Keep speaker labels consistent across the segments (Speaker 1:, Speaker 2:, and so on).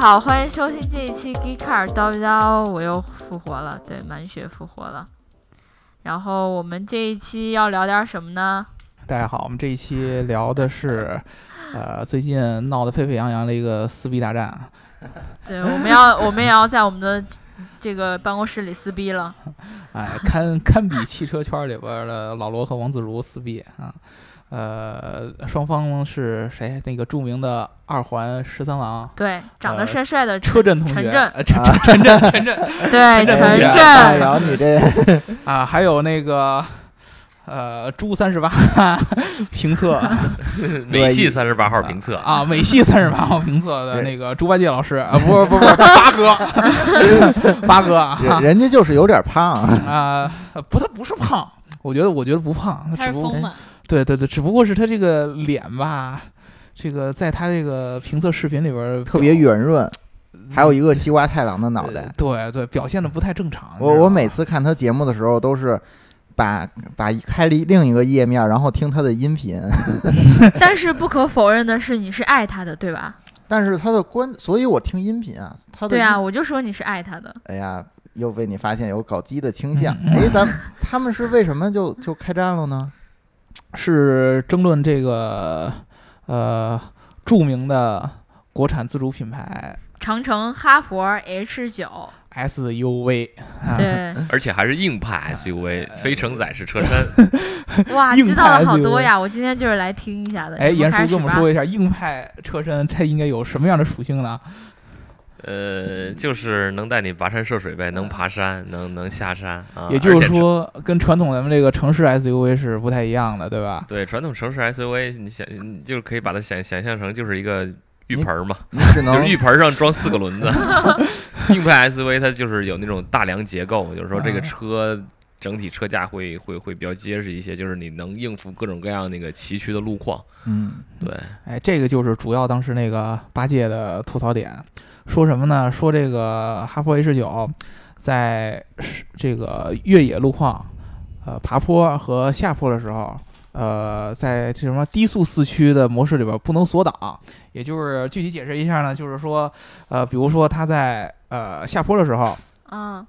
Speaker 1: 好，欢迎收听这一期《Geek Car 叨不叨》，我又复活了，对，满血复活了。然后我们这一期要聊点什么呢？
Speaker 2: 大家好，我们这一期聊的是，呃，最近闹得沸沸扬扬的一个撕逼大战。
Speaker 1: 对，我们 要，我们也要在我们的这个办公室里撕逼了。
Speaker 2: 哎，堪堪比汽车圈里边的老罗和王自如撕逼啊。呃，双方是谁？那个著名的二环十三郎
Speaker 1: 对，长得帅帅的
Speaker 2: 车震同学，
Speaker 1: 陈震
Speaker 2: 呃陈陈震陈震
Speaker 1: 对，
Speaker 2: 陈
Speaker 1: 哎陈
Speaker 2: 震哎
Speaker 3: 大
Speaker 1: 震，
Speaker 3: 姚，你哎这
Speaker 2: 啊，还有那个。呃，猪三十八 评测
Speaker 4: 美系三十八号评测，
Speaker 2: 啊，美系三十八号评测的那个猪八戒老师啊，不是不是不是八哥，八哥啊，
Speaker 3: 人人家就是有点胖，
Speaker 2: 啊、不，他不是胖，我觉得，我觉得不胖，
Speaker 5: 他
Speaker 2: 他
Speaker 5: 是
Speaker 2: 只不过
Speaker 5: 丰满，
Speaker 2: 对对对，只不过是他这个脸吧，这个在他这个评测视频里边儿
Speaker 3: 特别
Speaker 2: 表
Speaker 3: 圆润，还有一个西瓜太郎的脑袋
Speaker 2: 呃。对对，表现的不太正常。你
Speaker 3: 我
Speaker 2: 知道
Speaker 3: 我
Speaker 2: 吗
Speaker 3: 每次看他节目的时候，都是把把一开了一另一个页面，然后听他的音频。
Speaker 2: 哎
Speaker 1: 但是不可否认的是，你是爱他的，对吧？
Speaker 3: 但是他的关，所以我听音频啊，他
Speaker 2: 哦
Speaker 3: 的
Speaker 1: 对
Speaker 3: 呀、
Speaker 1: 啊，我就说你是爱他的。
Speaker 3: 哎呀，又被你发现有搞基的倾向。哎，咱们他们是为什么就就开战了呢？
Speaker 2: 是争论这个呃著名的国产自主品牌
Speaker 1: 长城、哈佛、H 九，
Speaker 2: SUV，
Speaker 1: 对，
Speaker 4: 而且还是硬派 SUV，非
Speaker 2: 呃
Speaker 4: 承载式车身。
Speaker 1: 哇，
Speaker 2: 硬
Speaker 1: 知道了
Speaker 2: 派
Speaker 1: 好
Speaker 2: SUV
Speaker 1: 多呀！我今天就是来听一下的。
Speaker 2: 哎，
Speaker 1: 你们
Speaker 2: 严叔
Speaker 1: 开
Speaker 2: 跟
Speaker 1: 始
Speaker 2: 我们
Speaker 1: 吧
Speaker 2: 说一下硬派车身它应该有什么样的属性呢？
Speaker 3: 啊
Speaker 4: 呃，就是能带你跋山涉水呗，能爬山，能能下山啊。
Speaker 2: 呃也就
Speaker 4: 而
Speaker 2: 是
Speaker 4: 且是，
Speaker 2: 说，跟传统咱们这个城市 SUV 是不太一样的，对吧？
Speaker 4: 对传统城市 SUV，你想你就是可以把它想想象成就是一个浴盆儿嘛，
Speaker 3: 你只
Speaker 4: 就
Speaker 3: 能
Speaker 4: 是浴盆儿上装四个轮子。 硬派 SUV 它就是有那种大梁结构，就是说这个
Speaker 2: 啊
Speaker 4: 车。整体车架会会会比较结实一些，就是你能应付各种各样那个崎岖的路况。
Speaker 3: 嗯，
Speaker 4: 对，
Speaker 2: 哎，这个就是主要当时那个八戒的吐槽点，说什么呢？说这个哈弗 H 九在是这个越野路况，呃，爬坡和下坡的时候，呃，在这什么低速四驱的模式里边不能锁档，也就是具体解释一下呢，就是说，呃，比如说它在呃下坡的时候，
Speaker 1: 嗯，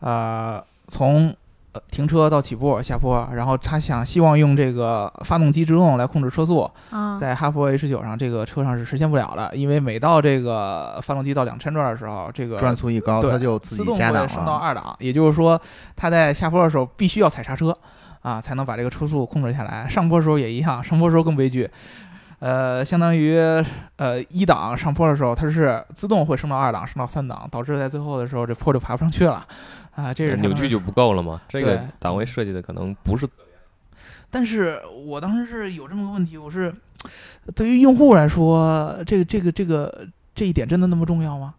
Speaker 2: 呃，从呃停车到起步下坡，然后他想希望用这个发动机制动来控制车速，
Speaker 1: 嗯
Speaker 2: 在哈弗 H 九上，这个车上是实现不了的，因为每到这个发动机到两千转的时候，这个
Speaker 3: 转速一高，
Speaker 2: 对
Speaker 3: 他就自
Speaker 2: 自
Speaker 3: 己
Speaker 2: 动
Speaker 3: 加档
Speaker 2: 会升到
Speaker 3: 了。
Speaker 2: 二档，也就是说，它在下坡的时候必须要踩刹车啊，才能把这个车速控制下来。上坡的时候也一样，上坡的时候更悲剧。呃，相当于呃一档上坡的时候，它是自动会升到二档，升到三档，导致在最后的时候这坡就爬不上去了啊。
Speaker 3: 哎
Speaker 2: 这是它
Speaker 4: 嗯扭
Speaker 2: 当时
Speaker 4: 矩就不够了嘛。这个
Speaker 2: 对
Speaker 4: 档位设计的可能不是
Speaker 2: 但是我当时是有这么个问题，我是对于用户来说，这个这个这个这一点真的那么重要吗？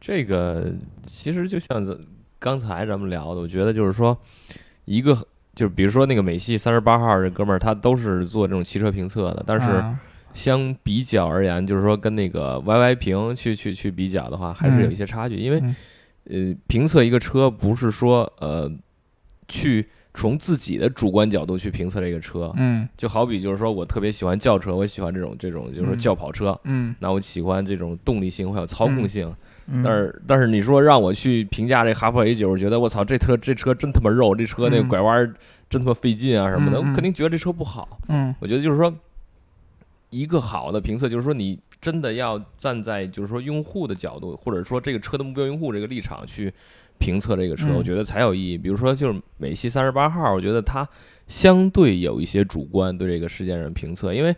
Speaker 4: 这个其实就像咱刚才咱们聊的，我觉得就是说，一个就是比如说那个美系三十八号这哥们儿，他都是做这种汽车评测的，但是
Speaker 2: 啊
Speaker 4: 相比较而言，就是说跟那个 YY 评去去去比较的话，还是有一些差距，因为
Speaker 2: 嗯
Speaker 4: 呃，评测一个车不是说呃去从自己的主观角度去评测这个车，
Speaker 2: 嗯
Speaker 4: 就好比就是说我特别喜欢轿车，我喜欢这种这种就是说
Speaker 2: 嗯
Speaker 4: 轿跑车。
Speaker 2: 嗯，
Speaker 4: 那我喜欢这种动力性，还有操控性，
Speaker 2: 嗯
Speaker 4: 但是但是你说让我去评价这哈弗 H 九，我觉得我操，这车这车真他妈肉，这车那
Speaker 2: 嗯
Speaker 4: 拐弯儿真他妈费劲啊什么
Speaker 2: 嗯
Speaker 4: 的，我
Speaker 2: 嗯
Speaker 4: 肯定觉得这车不好。
Speaker 2: 嗯
Speaker 4: 我觉得就是说，一个好的评测就是说你真的要站在就是说用户的角度，或者说这个车的目标用户这个立场去评测这个车，
Speaker 2: 嗯
Speaker 4: 我觉得才有意义。比如说就是美系三十八号，我觉得它相对有一些主观对这个事件上评测，因为。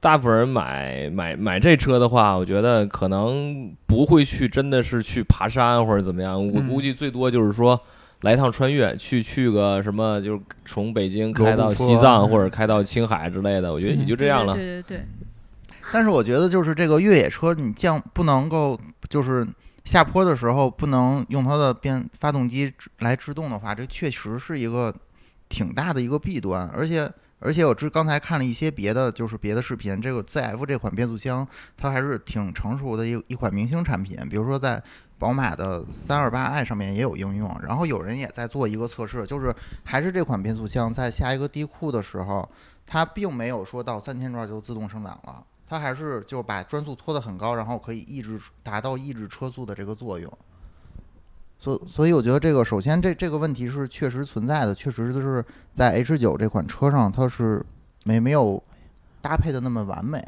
Speaker 4: 大部分人买买买这车的话，我觉得可能不会去，真的是去爬山或者怎么样。我
Speaker 2: 嗯
Speaker 4: 估计最多就是说来一趟穿越，去去个什么，就是从北京开
Speaker 2: 啊
Speaker 4: 到
Speaker 3: 罗布泊
Speaker 4: 西藏或者开到青海之类的。我觉
Speaker 3: 嗯
Speaker 4: 得也就这样了。
Speaker 1: 对对对
Speaker 2: 嗯
Speaker 3: 但是我觉得就是这个越野车，你降不能够就是下坡的时候不能用它的变发动机制来制动的话，这确实是一个挺大的一个弊端。而且而且我之刚才看了一些别的就是别的视频，这个 ZF 这款变速箱它还是挺成熟的一一款明星产品，比如说在。宝马的三二八 i 上面也有应用，然后有人也在做一个测试，就是还是这款变速箱在下一个地库的时候，它并没有说到三千转就自动升档了，它还是就是把转速拖得很高，然后可以抑制达到抑制车速的这个作用。所所以我觉得这个首先这这个问题是确实存在的，确实是在 H 九这款车上它是没没有搭配的那么完美，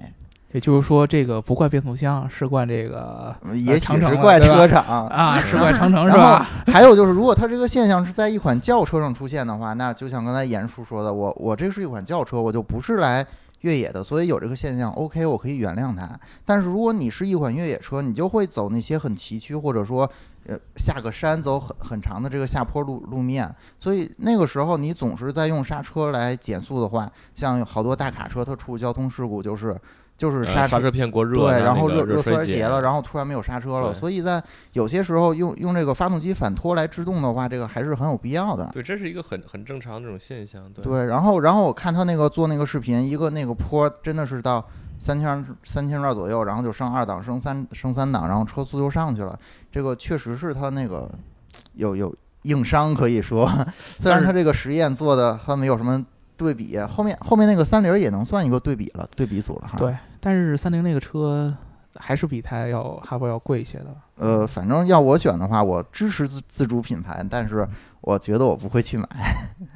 Speaker 2: 也就是说，这个不怪变速箱，是怪这个
Speaker 3: 也
Speaker 2: 长
Speaker 3: 许
Speaker 2: 城啊
Speaker 3: 是
Speaker 2: 了
Speaker 3: 怪
Speaker 2: 对吧
Speaker 3: 车 厂。
Speaker 2: 啊，是怪长城是
Speaker 3: 然后
Speaker 2: 吧？
Speaker 3: 还有就是，如果它这个现象是在一款轿车上出现的话，那就像刚才严叔说的，我我这是一款轿车，我就不是来越野的，所以有这个现象，OK，我可以原谅它。但是如果你是一款越野车，你就会走那些很崎岖，或者说呃下个山走很很长的这个下坡路路面，所以那个时候你总是在用刹车来减速的话，像有好多大卡车它出交通事故就是就是
Speaker 4: 呃
Speaker 3: 刹车
Speaker 4: 刹车片过热，
Speaker 3: 对，然后
Speaker 4: 那个
Speaker 3: 热
Speaker 4: 热
Speaker 3: 衰
Speaker 4: 竭
Speaker 3: 了，，然后突然没有刹车了，
Speaker 4: 对
Speaker 3: 所以在有些时候用用这个发动机反拖来制动的话，这个还是很有必要的。
Speaker 4: 对，这是一个很很正常的这种现象，对
Speaker 3: 对，然后然后我看他那个做那个视频，一个那个坡真的是到三千三千转左右，然后就升二档，升三升三档，然后车速就上去了。这个确实是他那个有有硬伤，可以 说，虽然
Speaker 4: 是
Speaker 3: 他这个实验做的他没有什么对比，后面后面那个三菱也能算一个对比了，对比组了哈。
Speaker 2: 对，但是三菱那个车还是比它要哈弗要贵一些的。
Speaker 3: 呃，反正要我选的话，我支持自自主品牌，但是我觉得我不会去买。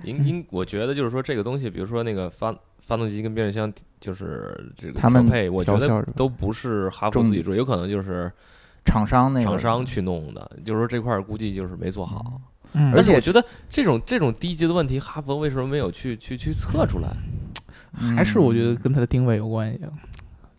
Speaker 4: 应应，我觉得就是说这个东西，比如说那个发发动机跟变速箱，就是这个
Speaker 3: 他们
Speaker 4: 调配，我觉
Speaker 3: 调校
Speaker 4: 得
Speaker 3: 是吧
Speaker 4: 都不是哈弗
Speaker 3: 重
Speaker 4: 自己做，有可能就是
Speaker 3: 厂商那个嗯
Speaker 4: 厂商去弄的，就是说这块儿估计就是没做好。
Speaker 2: 嗯
Speaker 4: 但
Speaker 3: 而
Speaker 4: 是
Speaker 3: 且
Speaker 4: 我觉得这种这种低级的问题，哈弗为什么没有去去去测出来？
Speaker 3: 嗯
Speaker 2: 还是我觉得跟它的定位有关系。啊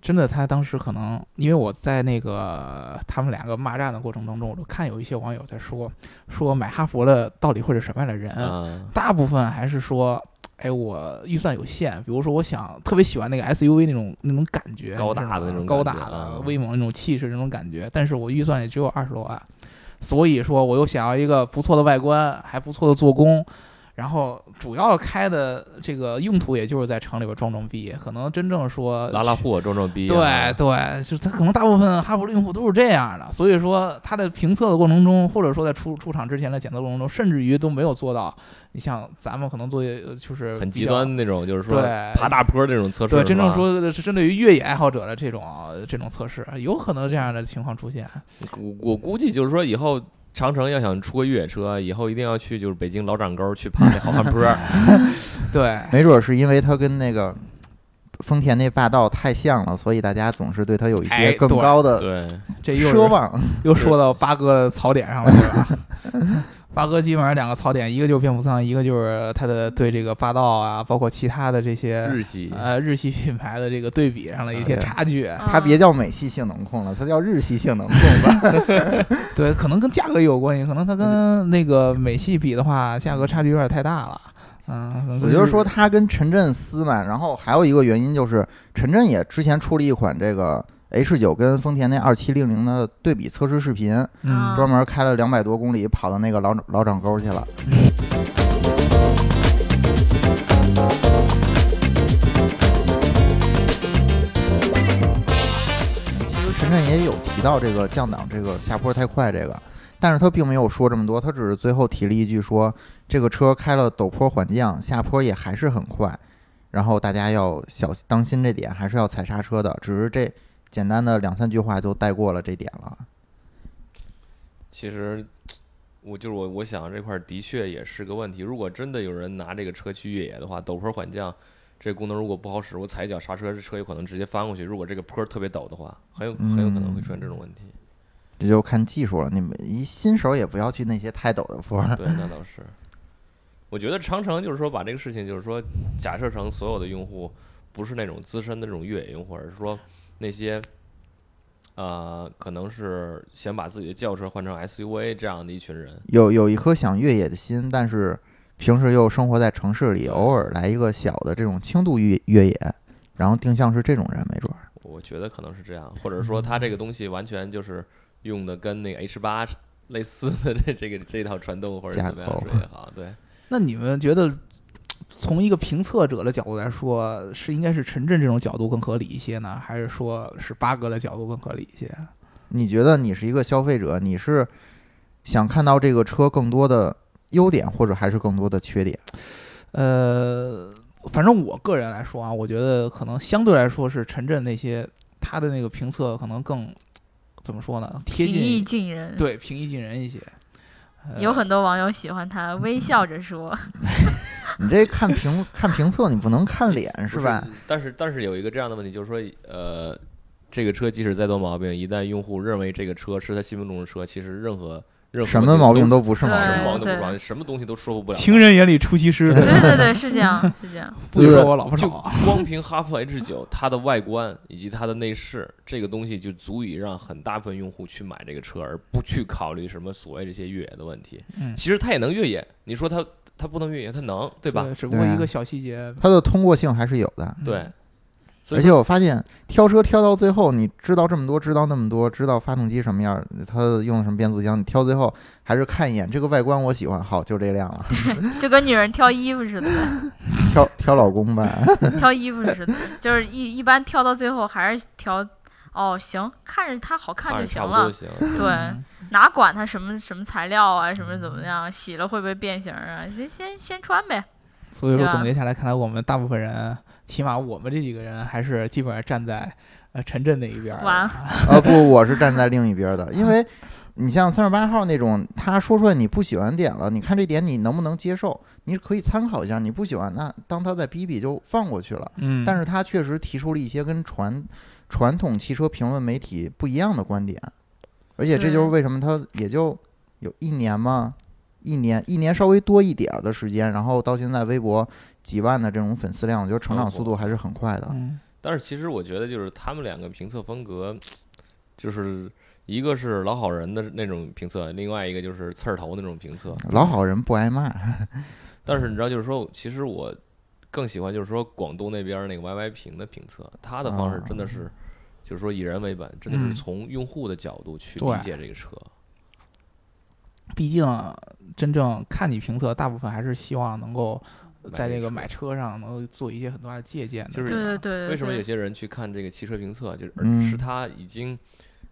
Speaker 2: 真的，他当时可能因为我在那个他们两个骂战的过程当中，我就看有一些网友在说说买哈佛的到底会是什么样的人，
Speaker 3: 嗯
Speaker 4: 啊，
Speaker 2: 大部分还是说，哎，我预算有限，比如说我想特别喜欢那个 SUV 那种那种感觉，
Speaker 4: 高大的
Speaker 2: 你知道吗
Speaker 4: 那种感觉
Speaker 2: 高大的
Speaker 4: 啊
Speaker 2: 威猛那种气势那种感觉，但是我预算也只有二十多万，所以说我又想要一个不错的外观，还不错的做工。然后主要开的这个用途，也就是在城里边装装逼，可能真正说
Speaker 4: 拉拉货装装逼啊，
Speaker 2: 对对，就是他可能大部分哈佛的用户都是这样的，所以说他在评测的过程中，或者说在出出厂之前的检测过程中，甚至于都没有做到。你像咱们可能做呃就是
Speaker 4: 很
Speaker 2: 比
Speaker 4: 极
Speaker 2: 较
Speaker 4: 端那种，就是说
Speaker 2: 对
Speaker 4: 爬大坡那种测试，
Speaker 2: 对，真正
Speaker 4: 是吧，
Speaker 2: 说是针对于越野爱好者的这种这种测试，有可能这样的情况出现。
Speaker 4: 我我估计就是说以后。长城要想出个越野车，以后一定要去就是北京老掌沟去爬那好汉 坡，
Speaker 2: 对，
Speaker 3: 没准是因为它跟那个丰田那霸道太像了，所以大家总是对它有一
Speaker 2: 哎
Speaker 3: 些更
Speaker 2: 对
Speaker 3: 高的
Speaker 4: 对，
Speaker 2: 这又是
Speaker 3: 奢望。
Speaker 2: 又说到八哥的槽点上了，对吧？ 八哥基本上两个槽点，一个就是蝙蝠桑，一个就是他的对这个霸道啊，包括其他的这些
Speaker 4: 日系哎
Speaker 2: 呃日系品牌的这个对比上的一些差距，
Speaker 3: 它
Speaker 1: 啊
Speaker 3: 别叫美系性能控了，它叫日系性能控 吧。
Speaker 2: 对，可能跟价格也有关系，可能它跟那个美系比的话，价格差距有点太大了。嗯，可能
Speaker 3: 我
Speaker 2: 跟
Speaker 3: 就是
Speaker 2: 日
Speaker 3: 说它跟陈震撕嘛，然后还有一个原因就是陈震也之前出了一款这个 H 九跟丰田那二七零零的对比测试视频，
Speaker 2: 嗯
Speaker 1: 啊
Speaker 3: 专门开了两百多公里，跑到那个老老掌沟去了。其实陈震也有提到这个降档、这个下坡太快这个，但是他并没有说这么多，他只是最后提了一句说，这个车开了陡坡缓降，下坡也还是很快，然后大家要小心当心这点，还是要踩刹车的，只是这简单的两三句话就带过了这点了。
Speaker 4: 其实，我就是我，我想这块儿的确也是个问题。如果真的有人拿这个车去越野的话，陡坡缓降这功能如果不好使，我踩一脚刹车，这车有可能直接翻过去。如果这个坡儿特别陡的话，很有很有可能会出现这种问题。
Speaker 3: 这就看技术了。你们一新手也不要去那些太陡的坡 儿。
Speaker 4: 对，那倒是。我觉得长城就是说把这个事情，就是说假设成所有的用户不是那种资深的这种越野用户，而是说那些呃，可能是想把自己的轿车换成 SUV 这样的一群人。
Speaker 3: 有有一颗想越野的心，但是平时又生活在城市里，
Speaker 4: 对
Speaker 3: 偶尔来一个小的这种轻度越越野，然后定向是这种人，没准儿。
Speaker 4: 我觉得可能是这样，或者说它这个东西完全就是用的跟那个 H 八类似的这这个这套传动或者
Speaker 3: 架
Speaker 4: 怎么样
Speaker 3: 构
Speaker 4: 说也好，对，
Speaker 2: 那你们觉得，从一个评测者的角度来说，是应该是陈震这种角度更合理一些呢，还是说是八哥的角度更合理一些？啊
Speaker 3: 你觉得你是一个消费者，你是想看到这个车更多的优点，或者还是更多的缺点？
Speaker 2: 呃，反正我个人来说啊，我觉得可能相对来说是陈震那些他的那个评测可能更怎么说呢，贴
Speaker 1: 平易
Speaker 2: 近
Speaker 1: 近人。
Speaker 2: 对平易近人一些。呃
Speaker 1: 有很多网友喜欢他，微
Speaker 2: 嗯
Speaker 1: 笑着 说
Speaker 3: 你这看评看评测，你不能看脸是
Speaker 4: 不
Speaker 3: 吧？？
Speaker 4: 但是但是有一个这样的问题，就是说，呃，这个车即使再多毛病，一旦用户认为这个车是他心目中的车，其实任何任何
Speaker 3: 什么毛病
Speaker 4: 都
Speaker 3: 都不是毛
Speaker 1: 对
Speaker 4: 什么
Speaker 3: 病。
Speaker 4: 毛病都
Speaker 1: 对
Speaker 4: 不管，什么东西都说服不了他。
Speaker 2: 情呃人眼里出西施，：“
Speaker 1: 对对对，是这样，是这样。
Speaker 2: 不许说我老婆
Speaker 4: 就
Speaker 2: 少。
Speaker 4: 光凭哈弗 H 九，它的外观以及它的内饰，这个东西就足以让很大部分用户去买这个车，而不去考虑什么所谓这些越野的问题。
Speaker 2: 嗯
Speaker 4: 其实它也能越野，你说它它不能越野，它能，对吧？
Speaker 2: 对只啊不过一个小细节。嗯
Speaker 3: 它的通过性还是有的。
Speaker 4: 对，所
Speaker 3: 而
Speaker 4: 以
Speaker 3: 且我发现挑车挑到最后，你知道这么多，知道那么多，知道发动机什么样，它用什么变速箱，你挑最后还是看一眼这个外观我喜欢，好就这辆 了。
Speaker 1: 就跟女人挑衣服似的，
Speaker 3: 挑挑老公吧，啊
Speaker 1: 挑衣服似的，就是一一般挑到最后还是挑，哦，行，看着它好看
Speaker 4: 看
Speaker 1: 就
Speaker 4: 着
Speaker 1: 行
Speaker 4: 差不多
Speaker 1: 了
Speaker 4: 就。行。
Speaker 1: 对，哪管它什么什么材料啊，什么怎
Speaker 2: 嗯
Speaker 1: 么样，洗了会不会变形啊？先先先穿呗。
Speaker 2: 所以说
Speaker 1: 对吧啊
Speaker 2: 总结下来，看来我们大部分人，起码我们这几个人还是基本上站在呃陈震那一边儿的。
Speaker 1: 完
Speaker 3: 啊不，我是站在另一边的，因为你像三十八号那种，他说出来你不喜欢点了，你看这点你能不能接受，你可以参考一下，你不喜欢那当他再逼逼就放过去了。
Speaker 2: 嗯，
Speaker 3: 但
Speaker 2: 是
Speaker 3: 是他确实提出了一些跟传传统汽车评论媒体不一样的观点，而且这就
Speaker 1: 是
Speaker 3: 是为什么他也就有一年嘛，一年一年稍微多一点儿的时间，然后到现在微博几万的这种粉丝量，我觉得成长速度还是很快的。
Speaker 2: 嗯，
Speaker 4: 但是其实我觉得就是他们两个评测风格，就是一个是老好人的那种评测，另外一个就是刺儿头那种评测。
Speaker 2: 嗯
Speaker 3: 老好人不挨骂，
Speaker 4: 但是你知道，就是说，其实我更喜欢就是说广东那边儿那个 YY 评的评测，他的方式真的是，就是说以人为本，真的
Speaker 2: 啊嗯
Speaker 4: 是从用户的角度去
Speaker 2: 对
Speaker 4: 理解这个车。
Speaker 2: 毕竟真正看你评测，大部分还是希望能够在这个买
Speaker 4: 买
Speaker 2: 车上能够做一些很多的借鉴的。
Speaker 4: 就是
Speaker 1: 对对对
Speaker 4: 为什么有
Speaker 1: 对，
Speaker 4: 些人去看这个汽车评测，就是而
Speaker 3: 嗯
Speaker 4: 是他已经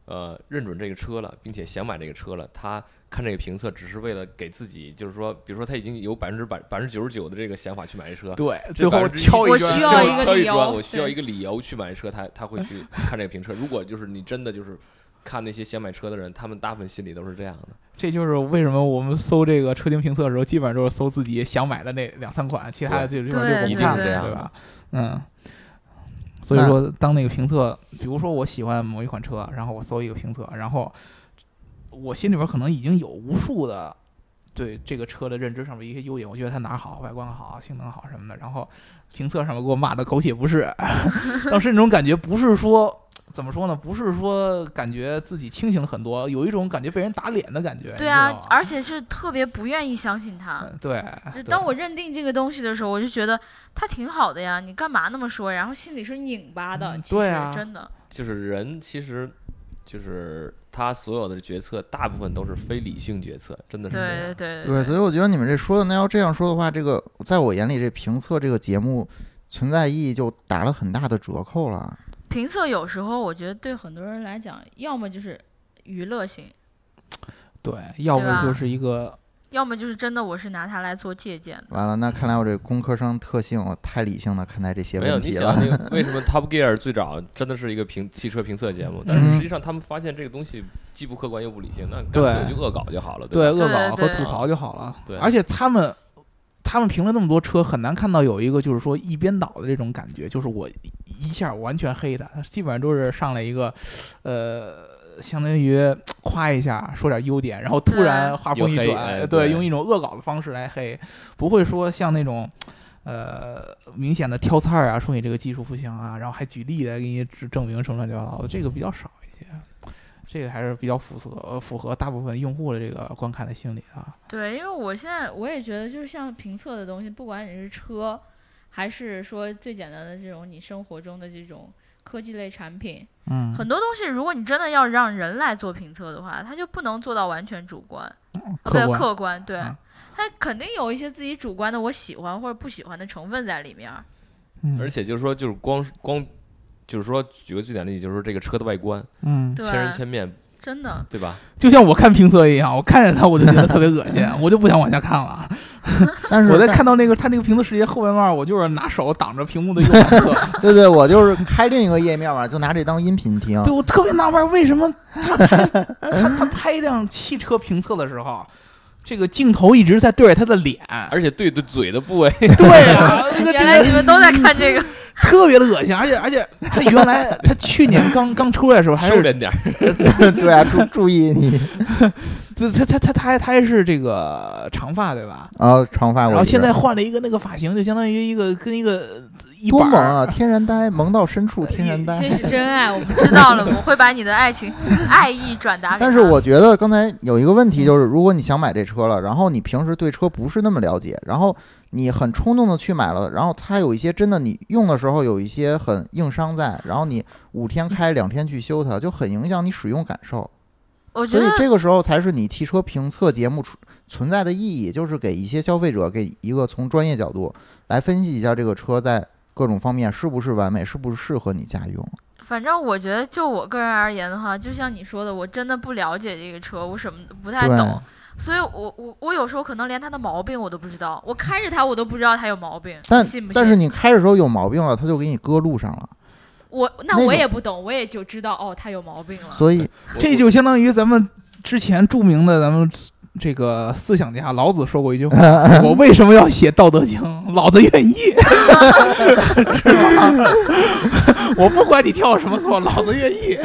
Speaker 4: 呃认准这个车了，并且想买这个车了，他看这个评测只是为了给自己，就是说，比如说他已经有百分之百百分之九十九的这个想法去买这车。
Speaker 2: 对，最
Speaker 4: 这
Speaker 2: 后
Speaker 4: 1%
Speaker 2: 敲一
Speaker 1: 我
Speaker 2: 圈
Speaker 1: 需
Speaker 2: 儿
Speaker 1: 要
Speaker 4: 敲
Speaker 1: 一个
Speaker 4: 敲
Speaker 1: 理
Speaker 4: 一
Speaker 1: 由
Speaker 4: 砖，我需要
Speaker 1: 对
Speaker 4: 一个理由去买车，他他会去看这个评车。如果就是你真的就是看那些想买车的人，他们大部分心里都是这样的。
Speaker 2: 这就是为什么我们搜这个车型评测的时候，基本上都是搜自己想买的那两三款，其他的就基本上就
Speaker 1: 对
Speaker 2: 不看
Speaker 1: 对对
Speaker 2: 了，
Speaker 4: 对
Speaker 2: 对吧？嗯。所以说，当那个评测，比如说我喜欢某一款车，然后我搜一个评测，然后我心里边可能已经有无数的对这个车的认知上面一些优点，我觉得它哪儿好，外观好，性能好什么的，然后评测上面给我骂的狗血不是， 当时那种感觉不是说怎么说呢，不是说感觉自己清醒了很多，有一种感觉被人打脸的感觉。
Speaker 1: 对
Speaker 2: 你知
Speaker 1: 啊
Speaker 2: 道吗，
Speaker 1: 而且是特别不愿意相信他。
Speaker 2: 嗯对
Speaker 1: 就，
Speaker 2: 对
Speaker 1: 当我认定这个东西的时候，我就觉得它挺好的呀，你干嘛那么说？然后心里是拧巴的，
Speaker 2: 嗯
Speaker 1: 其
Speaker 2: 对
Speaker 1: 实
Speaker 2: 啊
Speaker 1: 真的，
Speaker 4: 就是人其实就是他所有的决策，大部分都是非理性决策，真的是这样。
Speaker 1: 对对
Speaker 3: 对，所以我觉得你们这说的，那要这样说的话，这个在我眼里，这评测这个节目存在意义就打了很大的折扣了。
Speaker 1: 评测有时候我觉得对很多人来讲，要么就是娱乐性，
Speaker 2: 对，要
Speaker 1: 对
Speaker 2: 不
Speaker 1: 吧
Speaker 2: 就是一个
Speaker 1: 要么就是真的我是拿它来做借鉴的。
Speaker 3: 完了，那看来我这工科生特性，我太理性的看待这些
Speaker 4: 没有，
Speaker 3: 问
Speaker 4: 你
Speaker 3: 题
Speaker 4: 想
Speaker 3: 了。
Speaker 4: 那个为什么 Top Gear 最早真的是一个评汽车评测节目，但是实际上他们发现这个东西既不客观又不理性，那干脆
Speaker 2: 对
Speaker 4: 就恶搞就好了，
Speaker 2: 对
Speaker 4: 吧？
Speaker 2: 恶
Speaker 1: 对
Speaker 2: 搞和
Speaker 1: 对
Speaker 2: 吐槽就好了。
Speaker 4: 对
Speaker 2: 而且他们他们评了那么多车，很难看到有一个就是说一边倒的这种感觉，就是我一一下完全黑的，他基本上都是上来一个，呃，相当于夸一下，说点优点，然后突然
Speaker 1: 对
Speaker 2: 话锋一
Speaker 4: 又黑
Speaker 2: 转，
Speaker 4: 哎
Speaker 2: 对，
Speaker 4: 对
Speaker 2: 用一种恶搞的方式来黑，不会说像那种。呃，明显的挑刺儿啊，说你这个技术不行啊，然后还举例来给你指证明什么乱七八糟的，这个比较少一些，这个还是比较符合呃符合大部分用户的这个观看的心理啊。
Speaker 1: 对，因为我现在我也觉得，就是像评测的东西，不管你是车，还是说最简单的这种你生活中的这种科技类产品，
Speaker 2: 嗯
Speaker 1: 很多东西，如果你真的要让人来做评测的话，它就不能做到完全主观，
Speaker 2: 客
Speaker 1: 对啊
Speaker 2: 观，
Speaker 1: 客观，对，
Speaker 2: 嗯
Speaker 1: 它肯定有一些自己主观的我喜欢或者不喜欢的成分在里面儿。
Speaker 2: 嗯
Speaker 4: 而且就是说，就是光光。就是说，举个最简单的例子，就是说这个车的外观，
Speaker 2: 嗯，
Speaker 1: 对啊
Speaker 4: 千人千面，
Speaker 1: 真的，
Speaker 4: 对吧？
Speaker 2: 就像我看评测一样，我看着它我就觉得特别恶心，我就不想往下看了。
Speaker 3: 但是
Speaker 2: 我在
Speaker 3: 但
Speaker 2: 看到那个他那个屏幕世界后半段，我就是拿手挡着屏幕的右半侧，
Speaker 3: 对对，我就是开另一个页面嘛，就拿这当音频听
Speaker 2: 对。我特别纳闷，为什么他拍他他拍一辆汽车评测的时候，这个镜头一直在对着他的脸，
Speaker 3: 哎
Speaker 4: 而且对对嘴的部位，
Speaker 2: 对 啊，那个
Speaker 1: 原来你们都在看这个，
Speaker 2: 特别的恶心，而且而且他原来他去年刚刚出来的时候还
Speaker 4: 收
Speaker 2: 是
Speaker 4: 敛点儿。
Speaker 3: 对啊，注注意你
Speaker 2: 他他他他他还他还是这个长发对吧？
Speaker 3: 啊，长发
Speaker 2: 然
Speaker 3: 我一个人。
Speaker 2: 后现在换了一个那个发型，就相当于一个跟一个一
Speaker 3: 多
Speaker 2: 板
Speaker 3: 萌
Speaker 2: 儿
Speaker 3: 啊！天然呆，萌到深 处天然呆。
Speaker 1: 这是真爱，我们知道了，我们会把你的爱情爱意转达给他。
Speaker 3: 但是我觉得刚才有一个
Speaker 2: 嗯
Speaker 3: 问题，就是如果你想买这车了，然后你平时对车不是那么了解，然后你很冲动的去买了，然后它有一些真的你用的时候有一些很硬伤在，然后你五天开两天去修它，就很影响你使用感受。
Speaker 1: 我觉
Speaker 3: 所以
Speaker 1: 得
Speaker 3: 这个时候才是你汽车评测节目出存在的意义，就是给一些消费者给一个从专业角度来分析一下这个车在各种方面是不是完美，是不是适合你家用。
Speaker 1: 反正我觉得，就我个人而言的话，就像你说的，我真的不了解这个车，我什么都不太
Speaker 3: 对
Speaker 1: 懂，所以我我我有时候可能连它的毛病我都不知道，我开着它我都不知道它有毛病，
Speaker 3: 但
Speaker 1: 你信不信？
Speaker 3: 但是你开的时候有毛病了，它就给你搁路上了，
Speaker 1: 我那
Speaker 3: 那
Speaker 1: 我
Speaker 3: 种
Speaker 1: 也不懂，我也就知道哦，它有毛病了。
Speaker 3: 所以
Speaker 2: 这就相当于咱们之前著名的咱们这个思想家老子说过一 句话：“我为什么要写《道德经》？老子愿意，是吧？我不管你挑什么错，老子愿意。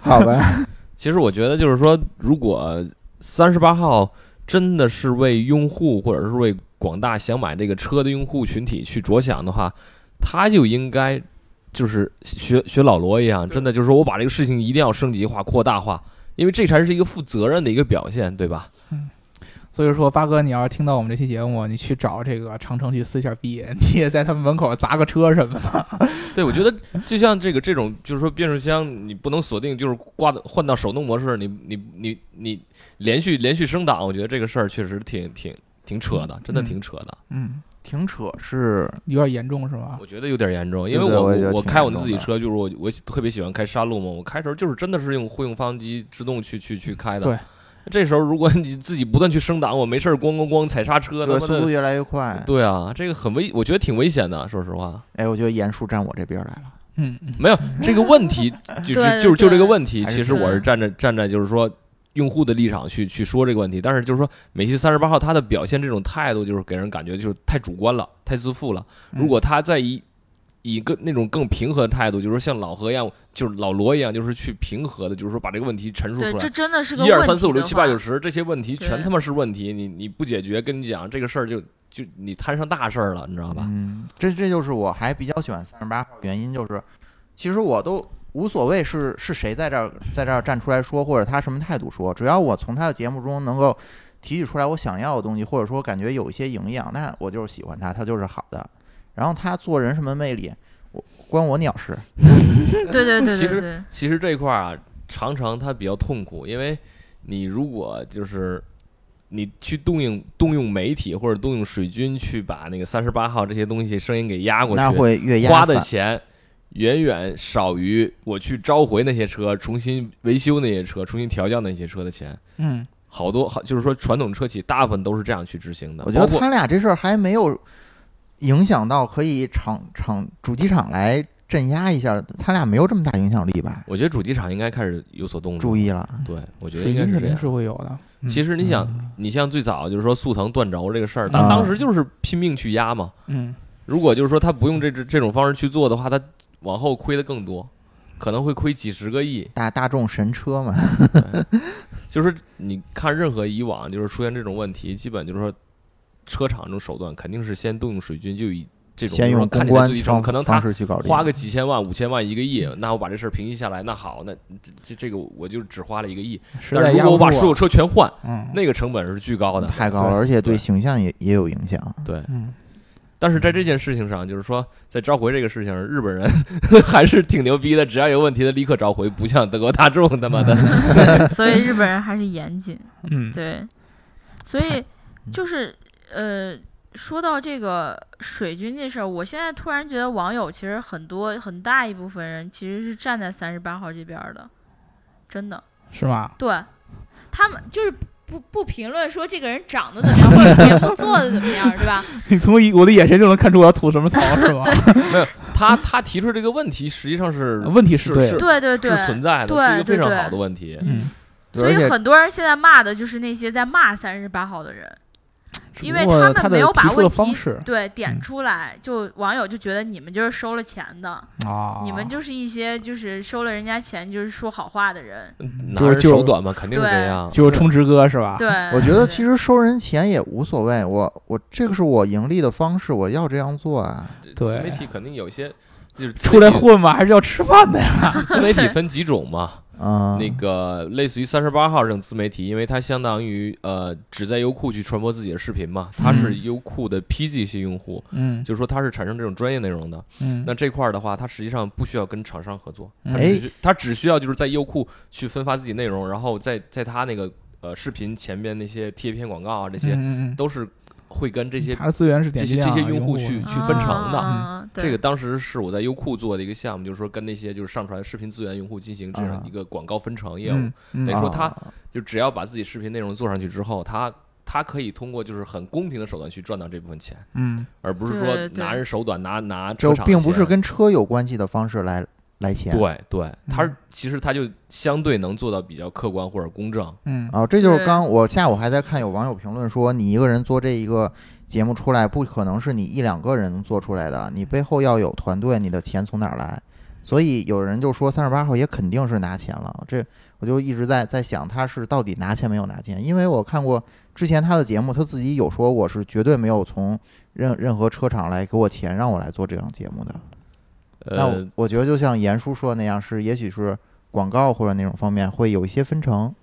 Speaker 3: 好吧，
Speaker 4: 其实我觉得就是说，如果三十八号真的是为用户或者是为广大想买这个车的用户群体去着想的话，他就应该就是学学老罗一样，
Speaker 2: 对
Speaker 4: 真的就是说我把这个事情一定要升级化、扩大化，因为这才是一个负责任的一个表现，对吧？”
Speaker 2: 所以说，八哥，你要是听到我们这期节目，你去找这个长城去撕一下逼，你也在他们门口砸个车什么的。
Speaker 4: 对，我觉得就像这个这种，就是说变速箱你不能锁定，就是挂的换到手动模式，你你你你连续连续升档，我觉得这个事儿确实挺挺挺扯的，真的
Speaker 2: 嗯
Speaker 4: 挺扯的。
Speaker 2: 嗯，
Speaker 3: 停车是
Speaker 2: 有点严重是吧？
Speaker 4: 我觉得有点严重，因为
Speaker 3: 啊对对
Speaker 4: 我
Speaker 3: 我也觉得
Speaker 4: 我
Speaker 3: 挺
Speaker 4: 开我
Speaker 3: 严
Speaker 4: 的
Speaker 3: 重
Speaker 4: 自己
Speaker 3: 的
Speaker 4: 车，就是我我特别喜欢开山路嘛，我开时候就是真的是用会用发动机自动去去去开的。
Speaker 2: 对，
Speaker 4: 这时候如果你自己不断去升档，我没事儿咣咣咣踩刹车，他
Speaker 3: 对速
Speaker 4: 妈
Speaker 3: 度
Speaker 4: 的，
Speaker 3: 越来越快。
Speaker 4: 对啊，这个很危，我觉得挺危险的，说实话。
Speaker 3: 哎，我觉得严叔站我这边来了，
Speaker 2: 嗯，嗯
Speaker 4: 没有这个 问题，就
Speaker 1: 对
Speaker 4: 是
Speaker 1: 对
Speaker 4: 就是就这
Speaker 1: 对
Speaker 4: 个问题，
Speaker 3: 还是
Speaker 4: 其实我是
Speaker 1: 对
Speaker 4: 站着站在就是说用户的立场去去说这个问题，但是就是说美系三十八号他的表现这种态度，就是给人感觉就是太主观了，太自负了。
Speaker 2: 嗯
Speaker 4: 如果他再以以更那种更平和的态度，就是说像老何一样，就是老罗一样，就是去平和的，就是说把这个问题陈述
Speaker 1: 对，
Speaker 4: 出
Speaker 1: 这
Speaker 4: 来。
Speaker 1: 真的是个
Speaker 4: 一二
Speaker 1: 问
Speaker 4: 三四
Speaker 1: 题
Speaker 4: 五六
Speaker 1: 的
Speaker 4: 七八
Speaker 1: 话
Speaker 4: 九十这些问题全
Speaker 1: 对
Speaker 4: 他妈是问题，你你不解决，跟你讲这个事儿就就你摊上大事儿了，你知道吧？
Speaker 3: 嗯，这这就是我还比较喜欢三十八号的原因，就是其实我都无所谓是是谁在这儿在这儿站出来说，或者他什么态度说，只要我从他的节目中能够提取出来我想要的东西，或者说感觉有一些营养，那我就是喜欢他，他就是好的。然后他做人什么魅力，我关我鸟事。
Speaker 1: 对对对
Speaker 4: 其
Speaker 1: 对
Speaker 4: 实
Speaker 1: 对，
Speaker 4: 其实这一块儿啊，常常它比较痛苦，因为你如果就是你去动用动用媒体或者动用水军去把那个三十八号这些东西声音给压过
Speaker 3: 那
Speaker 4: 去，
Speaker 3: 会越压
Speaker 4: 花的
Speaker 3: 散
Speaker 4: 钱远远少于我去召回那些车、重新维修那些车、重新调教那些车的钱。
Speaker 2: 嗯，
Speaker 4: 好多好，就是说传统车企大部分都是这样去执行的，
Speaker 3: 我觉得
Speaker 4: 包括
Speaker 3: 他俩这事儿还没有影响到可以厂厂主机厂来镇压一下，他俩没有这么大影响力吧？
Speaker 4: 我觉得主机厂应该开始有所动作。
Speaker 3: 注意了，
Speaker 4: 对，我觉得
Speaker 2: 水
Speaker 4: 应该
Speaker 2: 军肯
Speaker 4: 是这
Speaker 2: 定
Speaker 4: 样。
Speaker 2: 是会有的。嗯
Speaker 4: 其实你想，你像最早就是说速腾断轴这个事儿，
Speaker 2: 啊
Speaker 4: 当当时就是拼命去压嘛。
Speaker 2: 嗯，
Speaker 4: 如果就是说他不用这这这种方式去做的话，他往后亏的更多，可能会亏几十个亿。
Speaker 3: 大大众神车嘛，
Speaker 4: 就是你看任何以往就是出现这种问题，基本就是说车厂这种手段肯定是先动用水军，就以这种
Speaker 3: 先
Speaker 4: 就是
Speaker 3: 用
Speaker 4: 说看
Speaker 3: 公
Speaker 4: 起来
Speaker 3: 关
Speaker 4: 最低成
Speaker 3: 方
Speaker 4: 本，可能
Speaker 3: 方
Speaker 4: 他
Speaker 3: 式去搞这
Speaker 4: 花
Speaker 3: 个。
Speaker 4: 个几千万、五千万、一个亿，那我把这事儿平息下来，那好，那这这这个我就只花了一个亿。
Speaker 2: 实
Speaker 4: 但
Speaker 2: 在
Speaker 4: 是如
Speaker 2: 压
Speaker 4: 果我
Speaker 2: 不
Speaker 4: 把
Speaker 2: 住
Speaker 4: 所有车全换，
Speaker 2: 嗯
Speaker 4: 那个成本是巨高的。
Speaker 3: 太高了，
Speaker 2: 对
Speaker 3: 而且
Speaker 4: 对
Speaker 3: 对形象也也有影响。
Speaker 4: 对，
Speaker 2: 嗯，
Speaker 4: 但是在这件事情上，就是说在召回这个事情上，日本人 还是挺牛逼的，只要有问题的立刻召回，不像德国大众他妈的。
Speaker 1: 所以日本人还是严谨。
Speaker 2: 嗯，
Speaker 1: 对，所以
Speaker 4: 嗯
Speaker 1: 就是呃，说到这个水军这事儿，我现在突然觉得网友其实很多很大一部分人其实是站在三十八号这边儿的，真的，
Speaker 2: 是吗？
Speaker 1: 对他们就是
Speaker 5: 不不评论说这个人长得怎么样，或者节目做的怎么样， 对吧？
Speaker 2: 你从一我的眼神就能看出我要吐什么槽是吧？
Speaker 4: 他他提出这个问题，实际上是
Speaker 2: 问题
Speaker 4: 是
Speaker 2: 对
Speaker 4: 是
Speaker 2: 的，
Speaker 1: 对对对
Speaker 4: 是，存在的，
Speaker 1: 对
Speaker 4: 是一个非常
Speaker 1: 对对
Speaker 4: 好的问题。
Speaker 2: 嗯，
Speaker 3: 对
Speaker 1: 所以
Speaker 3: 而且
Speaker 1: 很多人现在骂的就是那些在骂三十八号的人，因
Speaker 2: 只
Speaker 1: 为
Speaker 2: 不过
Speaker 1: 们
Speaker 2: 他
Speaker 1: 没
Speaker 2: 的
Speaker 1: 有
Speaker 2: 提
Speaker 1: 把
Speaker 2: 出的
Speaker 1: 问
Speaker 2: 方
Speaker 1: 题
Speaker 2: 式
Speaker 1: 对点
Speaker 2: 嗯
Speaker 1: 出来，就网友就觉得你们就是收了钱的，
Speaker 2: 啊，
Speaker 1: 你们就是一些就是收了人家钱就是说好话的人。
Speaker 2: 嗯
Speaker 4: 拿
Speaker 2: 就是
Speaker 4: 人
Speaker 2: 就是
Speaker 4: 手短嘛，肯定是这样。
Speaker 2: 就是充值哥是吧？
Speaker 1: 对，
Speaker 3: 我觉得
Speaker 1: 对
Speaker 3: 其实收人钱也无所谓，我我这个是我盈利的方式，我要这样做啊。
Speaker 2: 对
Speaker 4: 自媒体肯定有些就是自
Speaker 2: 出来
Speaker 4: 媒体
Speaker 2: 混嘛，还是要吃饭的呀？
Speaker 4: 自媒体分几种 嘛？
Speaker 3: 嗯，
Speaker 4: 那个类似于三十八号这种自媒体，因为它相当于呃只在优酷去传播自己的视频嘛，它是
Speaker 2: 嗯
Speaker 4: 优酷的 PG 系用户，
Speaker 2: 嗯
Speaker 4: 就是说它是产生这种专业内容的。
Speaker 2: 嗯，
Speaker 4: 那这块儿的话，它实际上不需要跟厂商合作，它
Speaker 3: 哎
Speaker 4: 只需它只需要就是在优酷去分发自己内容，然后在在它那个呃视频前面那些贴片广告啊，
Speaker 2: 嗯
Speaker 4: 这些
Speaker 2: 嗯嗯
Speaker 4: 都是会跟这
Speaker 3: 嗯
Speaker 4: 些
Speaker 2: 他的资源是点
Speaker 4: 这
Speaker 2: 击
Speaker 4: 些这
Speaker 2: 量
Speaker 4: 些
Speaker 2: 啊
Speaker 4: 用
Speaker 2: 用
Speaker 4: 户
Speaker 2: 户
Speaker 4: 去
Speaker 2: 的
Speaker 4: 去分成的
Speaker 1: 嗯嗯嗯对
Speaker 4: 这个当时是我在优酷做的一个项目，就是说跟那些就是上传视频资源用户进行这样一个广告分成业务，
Speaker 2: 嗯嗯
Speaker 4: 得
Speaker 2: 啊
Speaker 4: 说他
Speaker 3: 啊
Speaker 4: 就只要把自己视频内容做上去之后，他他可以通过就是很公平的手段去赚到这部分钱，
Speaker 2: 嗯
Speaker 4: 而不是
Speaker 1: 对
Speaker 4: 说
Speaker 1: 对对
Speaker 4: 拿人手短拿拿车
Speaker 3: 就
Speaker 4: 厂的
Speaker 3: 并不是
Speaker 4: 钱
Speaker 3: 跟车有关系的方式来来钱。
Speaker 4: 对对，他
Speaker 3: 嗯
Speaker 4: 其实他就相对能做到比较客观或者公正，
Speaker 2: 嗯
Speaker 3: 啊，这就是
Speaker 1: 对
Speaker 3: 刚我下午还在看有网友评论说，你一个人做这一个节目出来，不可能是你一两个人能做出来的，你背后要有团队，你的钱从哪儿来？所以有人就说三十八号也肯定是拿钱了，这我就一直在在想他是到底拿钱没有拿钱，因为我看过之前他的节目，他自己有说我是绝对没有从任任何车厂来给我钱让我来做这档节目的。那
Speaker 4: 呃
Speaker 3: 我，我觉得就像严叔说的那样，是也许是广告或者那种方面会有一些分成。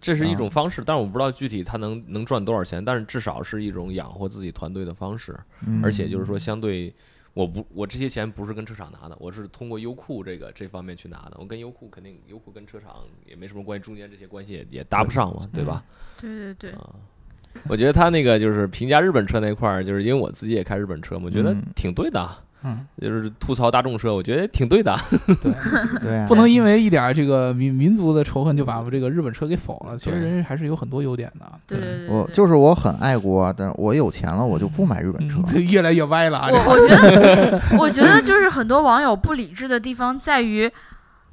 Speaker 4: 这是一
Speaker 3: 啊
Speaker 4: 种方式，但是我不知道具体他能能赚多少钱，但是至少是一种养活自己团队的方式，
Speaker 3: 嗯、
Speaker 4: 而且就是说相对。我不，我这些钱不是跟车厂拿的，我是通过优酷这个这方面去拿的。我跟优酷肯定，优酷跟车厂也没什么关系，中间这些关系也也搭不上嘛，对吧？
Speaker 1: 对对
Speaker 3: 嗯
Speaker 1: 对，
Speaker 4: 啊，我觉得他那个就是评价日本车那块儿，就是因为我自己也开日本车嘛，我觉得
Speaker 3: 嗯
Speaker 4: 挺对的啊，
Speaker 2: 嗯，
Speaker 4: 就是吐槽大众车，我觉得挺对 的啊。
Speaker 2: 对，
Speaker 3: 对、啊，
Speaker 2: 不能因为一点儿这个民民族的仇恨就把这个日本车给否了。其实
Speaker 4: 对
Speaker 2: 人家还是有很多优点的。
Speaker 1: 对对对，
Speaker 3: 我
Speaker 1: 对
Speaker 3: 就是我很爱国，但是我有钱了，我就不买日本车。
Speaker 2: 嗯，越来越歪了啊！这
Speaker 1: 我我觉得，我觉得就是很多网友不理智的地方在于，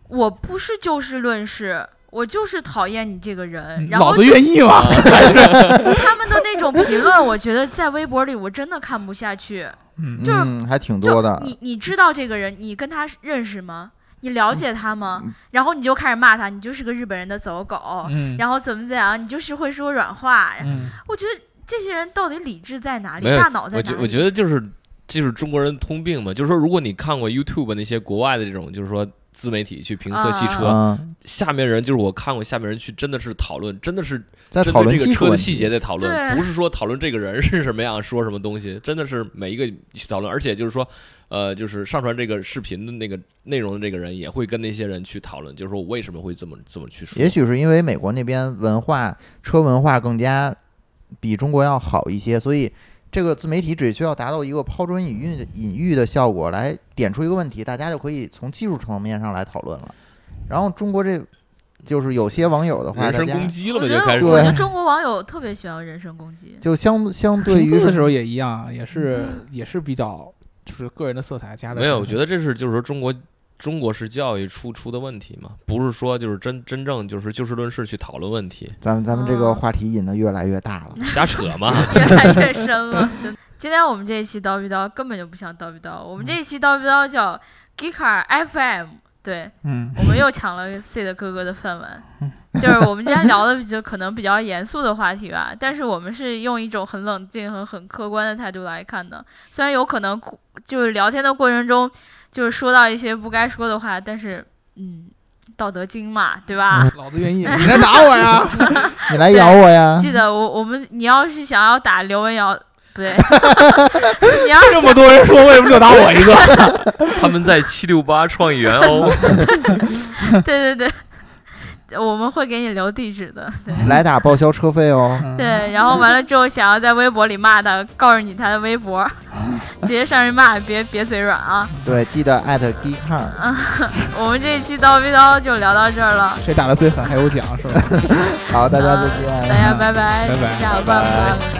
Speaker 1: 我不是就事论事，我就是讨厌你这个人。然
Speaker 2: 嗯老
Speaker 1: 后
Speaker 2: 子愿意嘛？
Speaker 1: 他们的那种评论，我觉得在微博里我真的看不下去。
Speaker 2: 嗯
Speaker 1: 就是
Speaker 3: 嗯，还挺
Speaker 1: 就
Speaker 3: 多的。
Speaker 1: 你你知道这个人，你跟他认识吗？你了解他吗？然后你就开始骂他，你就是个日本人的走狗，
Speaker 2: 嗯
Speaker 1: 然后怎么怎么样，你就是会说软话。
Speaker 2: 嗯，
Speaker 1: 我觉得这些人到底理智在哪里
Speaker 4: 没，有
Speaker 1: 大脑在
Speaker 4: 我
Speaker 1: 哪
Speaker 4: 觉
Speaker 1: 里？
Speaker 4: 我觉得就是就是中国人通病嘛，就是说如果你看过 YouTube 那些国外的这种，就是说自媒体去评测汽车，
Speaker 1: 啊
Speaker 3: 嗯，
Speaker 4: 下面人就是我看过下面人去真的是讨论，真的是
Speaker 3: 在
Speaker 4: 针
Speaker 3: 讨论
Speaker 4: 对这
Speaker 3: 技
Speaker 4: 个
Speaker 3: 术
Speaker 4: 车的
Speaker 3: 问
Speaker 4: 细
Speaker 3: 题
Speaker 4: 节在讨论，
Speaker 1: 对
Speaker 4: 不是说讨论这个人是什么样，说什么东西，真的是每一个去讨论，而且就是说，呃，就是上传这个视频的那个内容的这个人也会跟那些人去讨论，就是说我为什么会这么这么去说，
Speaker 3: 也许是因为美国那边文化车文化更加比中国要好一些，所以这个自媒体只需要达到一个抛砖引玉的引玉的效果，来点出一个问题，大家就可以从技术层面上来讨论了。然后中国这就是有些网友的话，
Speaker 4: 人
Speaker 3: 大
Speaker 4: 身
Speaker 3: 家
Speaker 4: 攻击了
Speaker 1: 我
Speaker 4: 嘛，
Speaker 1: 觉
Speaker 4: 就
Speaker 1: 得，
Speaker 4: 开始
Speaker 1: 我觉得
Speaker 3: 对
Speaker 1: 中国网友特别喜欢人身攻击。
Speaker 3: 就相相对
Speaker 2: 评
Speaker 3: 于
Speaker 2: 测的时
Speaker 3: 是
Speaker 2: 候也一样，也是也是比较就是个人的色彩加的。
Speaker 4: 没有，我觉得这是就是说中国中国式教育出出的问题嘛，不是说就是真真正就是就事论事去讨论问题，
Speaker 3: 咱们咱们这个
Speaker 1: 啊
Speaker 3: 话题引的越来越大了。
Speaker 4: 瞎扯嘛。
Speaker 1: 越来越深了。真的，今天我们这一期叨逼叨根本就不像叨逼叨，我们这一期叨逼叨叫 Geeker FM，对
Speaker 2: 嗯，
Speaker 1: 我们又抢了 C 的哥哥的饭碗。就是我们今天聊的就可能比较严肃的话题吧， 但是我们是用一种很冷静和很客观的态度来看的。虽然有可能哭就是聊天的过程中，就是说到一些不该说的话，但是嗯，道德经嘛，对吧？
Speaker 2: 老子 愿意。
Speaker 3: 你来打我呀！你来咬我呀！
Speaker 1: 记得我我们你要是想要打刘文瑶，不对，你要
Speaker 2: 这么多人说，为什么就打我一个？
Speaker 4: 他们在七六八创意园哦，
Speaker 1: 对对对。我们会给你留地址的。
Speaker 3: 来打报销车费哦。
Speaker 2: 嗯
Speaker 1: 对，然后完了之后想要在微博里骂他，告诉你他的微博，直接上去骂，别别嘴软啊！
Speaker 3: 对，记得艾特 Geek Car。
Speaker 1: 我们这一期叨逼叨就聊到这儿了，
Speaker 2: 谁打的最狠还有奖是吧？
Speaker 3: 好，大家再
Speaker 1: 嗯
Speaker 3: 见。
Speaker 1: 大家拜拜，
Speaker 2: 拜拜
Speaker 1: 下午
Speaker 4: 拜
Speaker 1: 拜
Speaker 4: 拜
Speaker 1: 拜